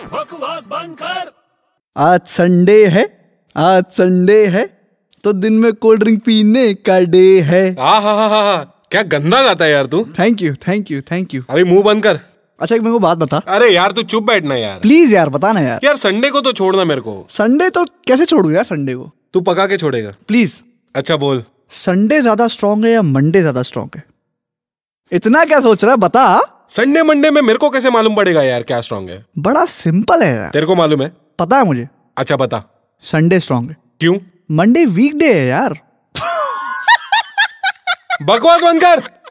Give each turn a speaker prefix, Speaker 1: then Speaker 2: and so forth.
Speaker 1: आवाज बंद कर
Speaker 2: आज संडे है आज संडे है तो दिन में कोल्ड ड्रिंक पीने का डे है
Speaker 3: हाँ हाँ हाँ हाँ क्या गंदा गाता है यार तू
Speaker 2: thank you thank you thank you
Speaker 3: अरे मुंह बंद कर
Speaker 2: अच्छा एक मेरे को बात बता
Speaker 3: अरे यार तू चुप बैठना यार
Speaker 2: प्लीज यार बताना यार
Speaker 3: यार संडे को तो छोड़ना मेरे को
Speaker 2: संडे तो कैसे छोड़ू यार संडे को
Speaker 3: तू पका के छोड़ेगा
Speaker 2: प्लीज
Speaker 3: अच्छा बोल
Speaker 2: संडे ज्यादा स्ट्रांग है या मंडे ज्यादा स्ट्रांग है इतना क्या सोच रहा है बता
Speaker 3: संडे मंडे में मेरे को कैसे मालूम पड़ेगा यार क्या स्ट्रांग है
Speaker 2: बड़ा सिंपल है यार
Speaker 3: तेरे को मालूम है
Speaker 2: पता है मुझे
Speaker 3: अच्छा बता
Speaker 2: संडे स्ट्रांग है
Speaker 3: क्यों
Speaker 2: मंडे वीकडे है यार
Speaker 3: बकवास बंद कर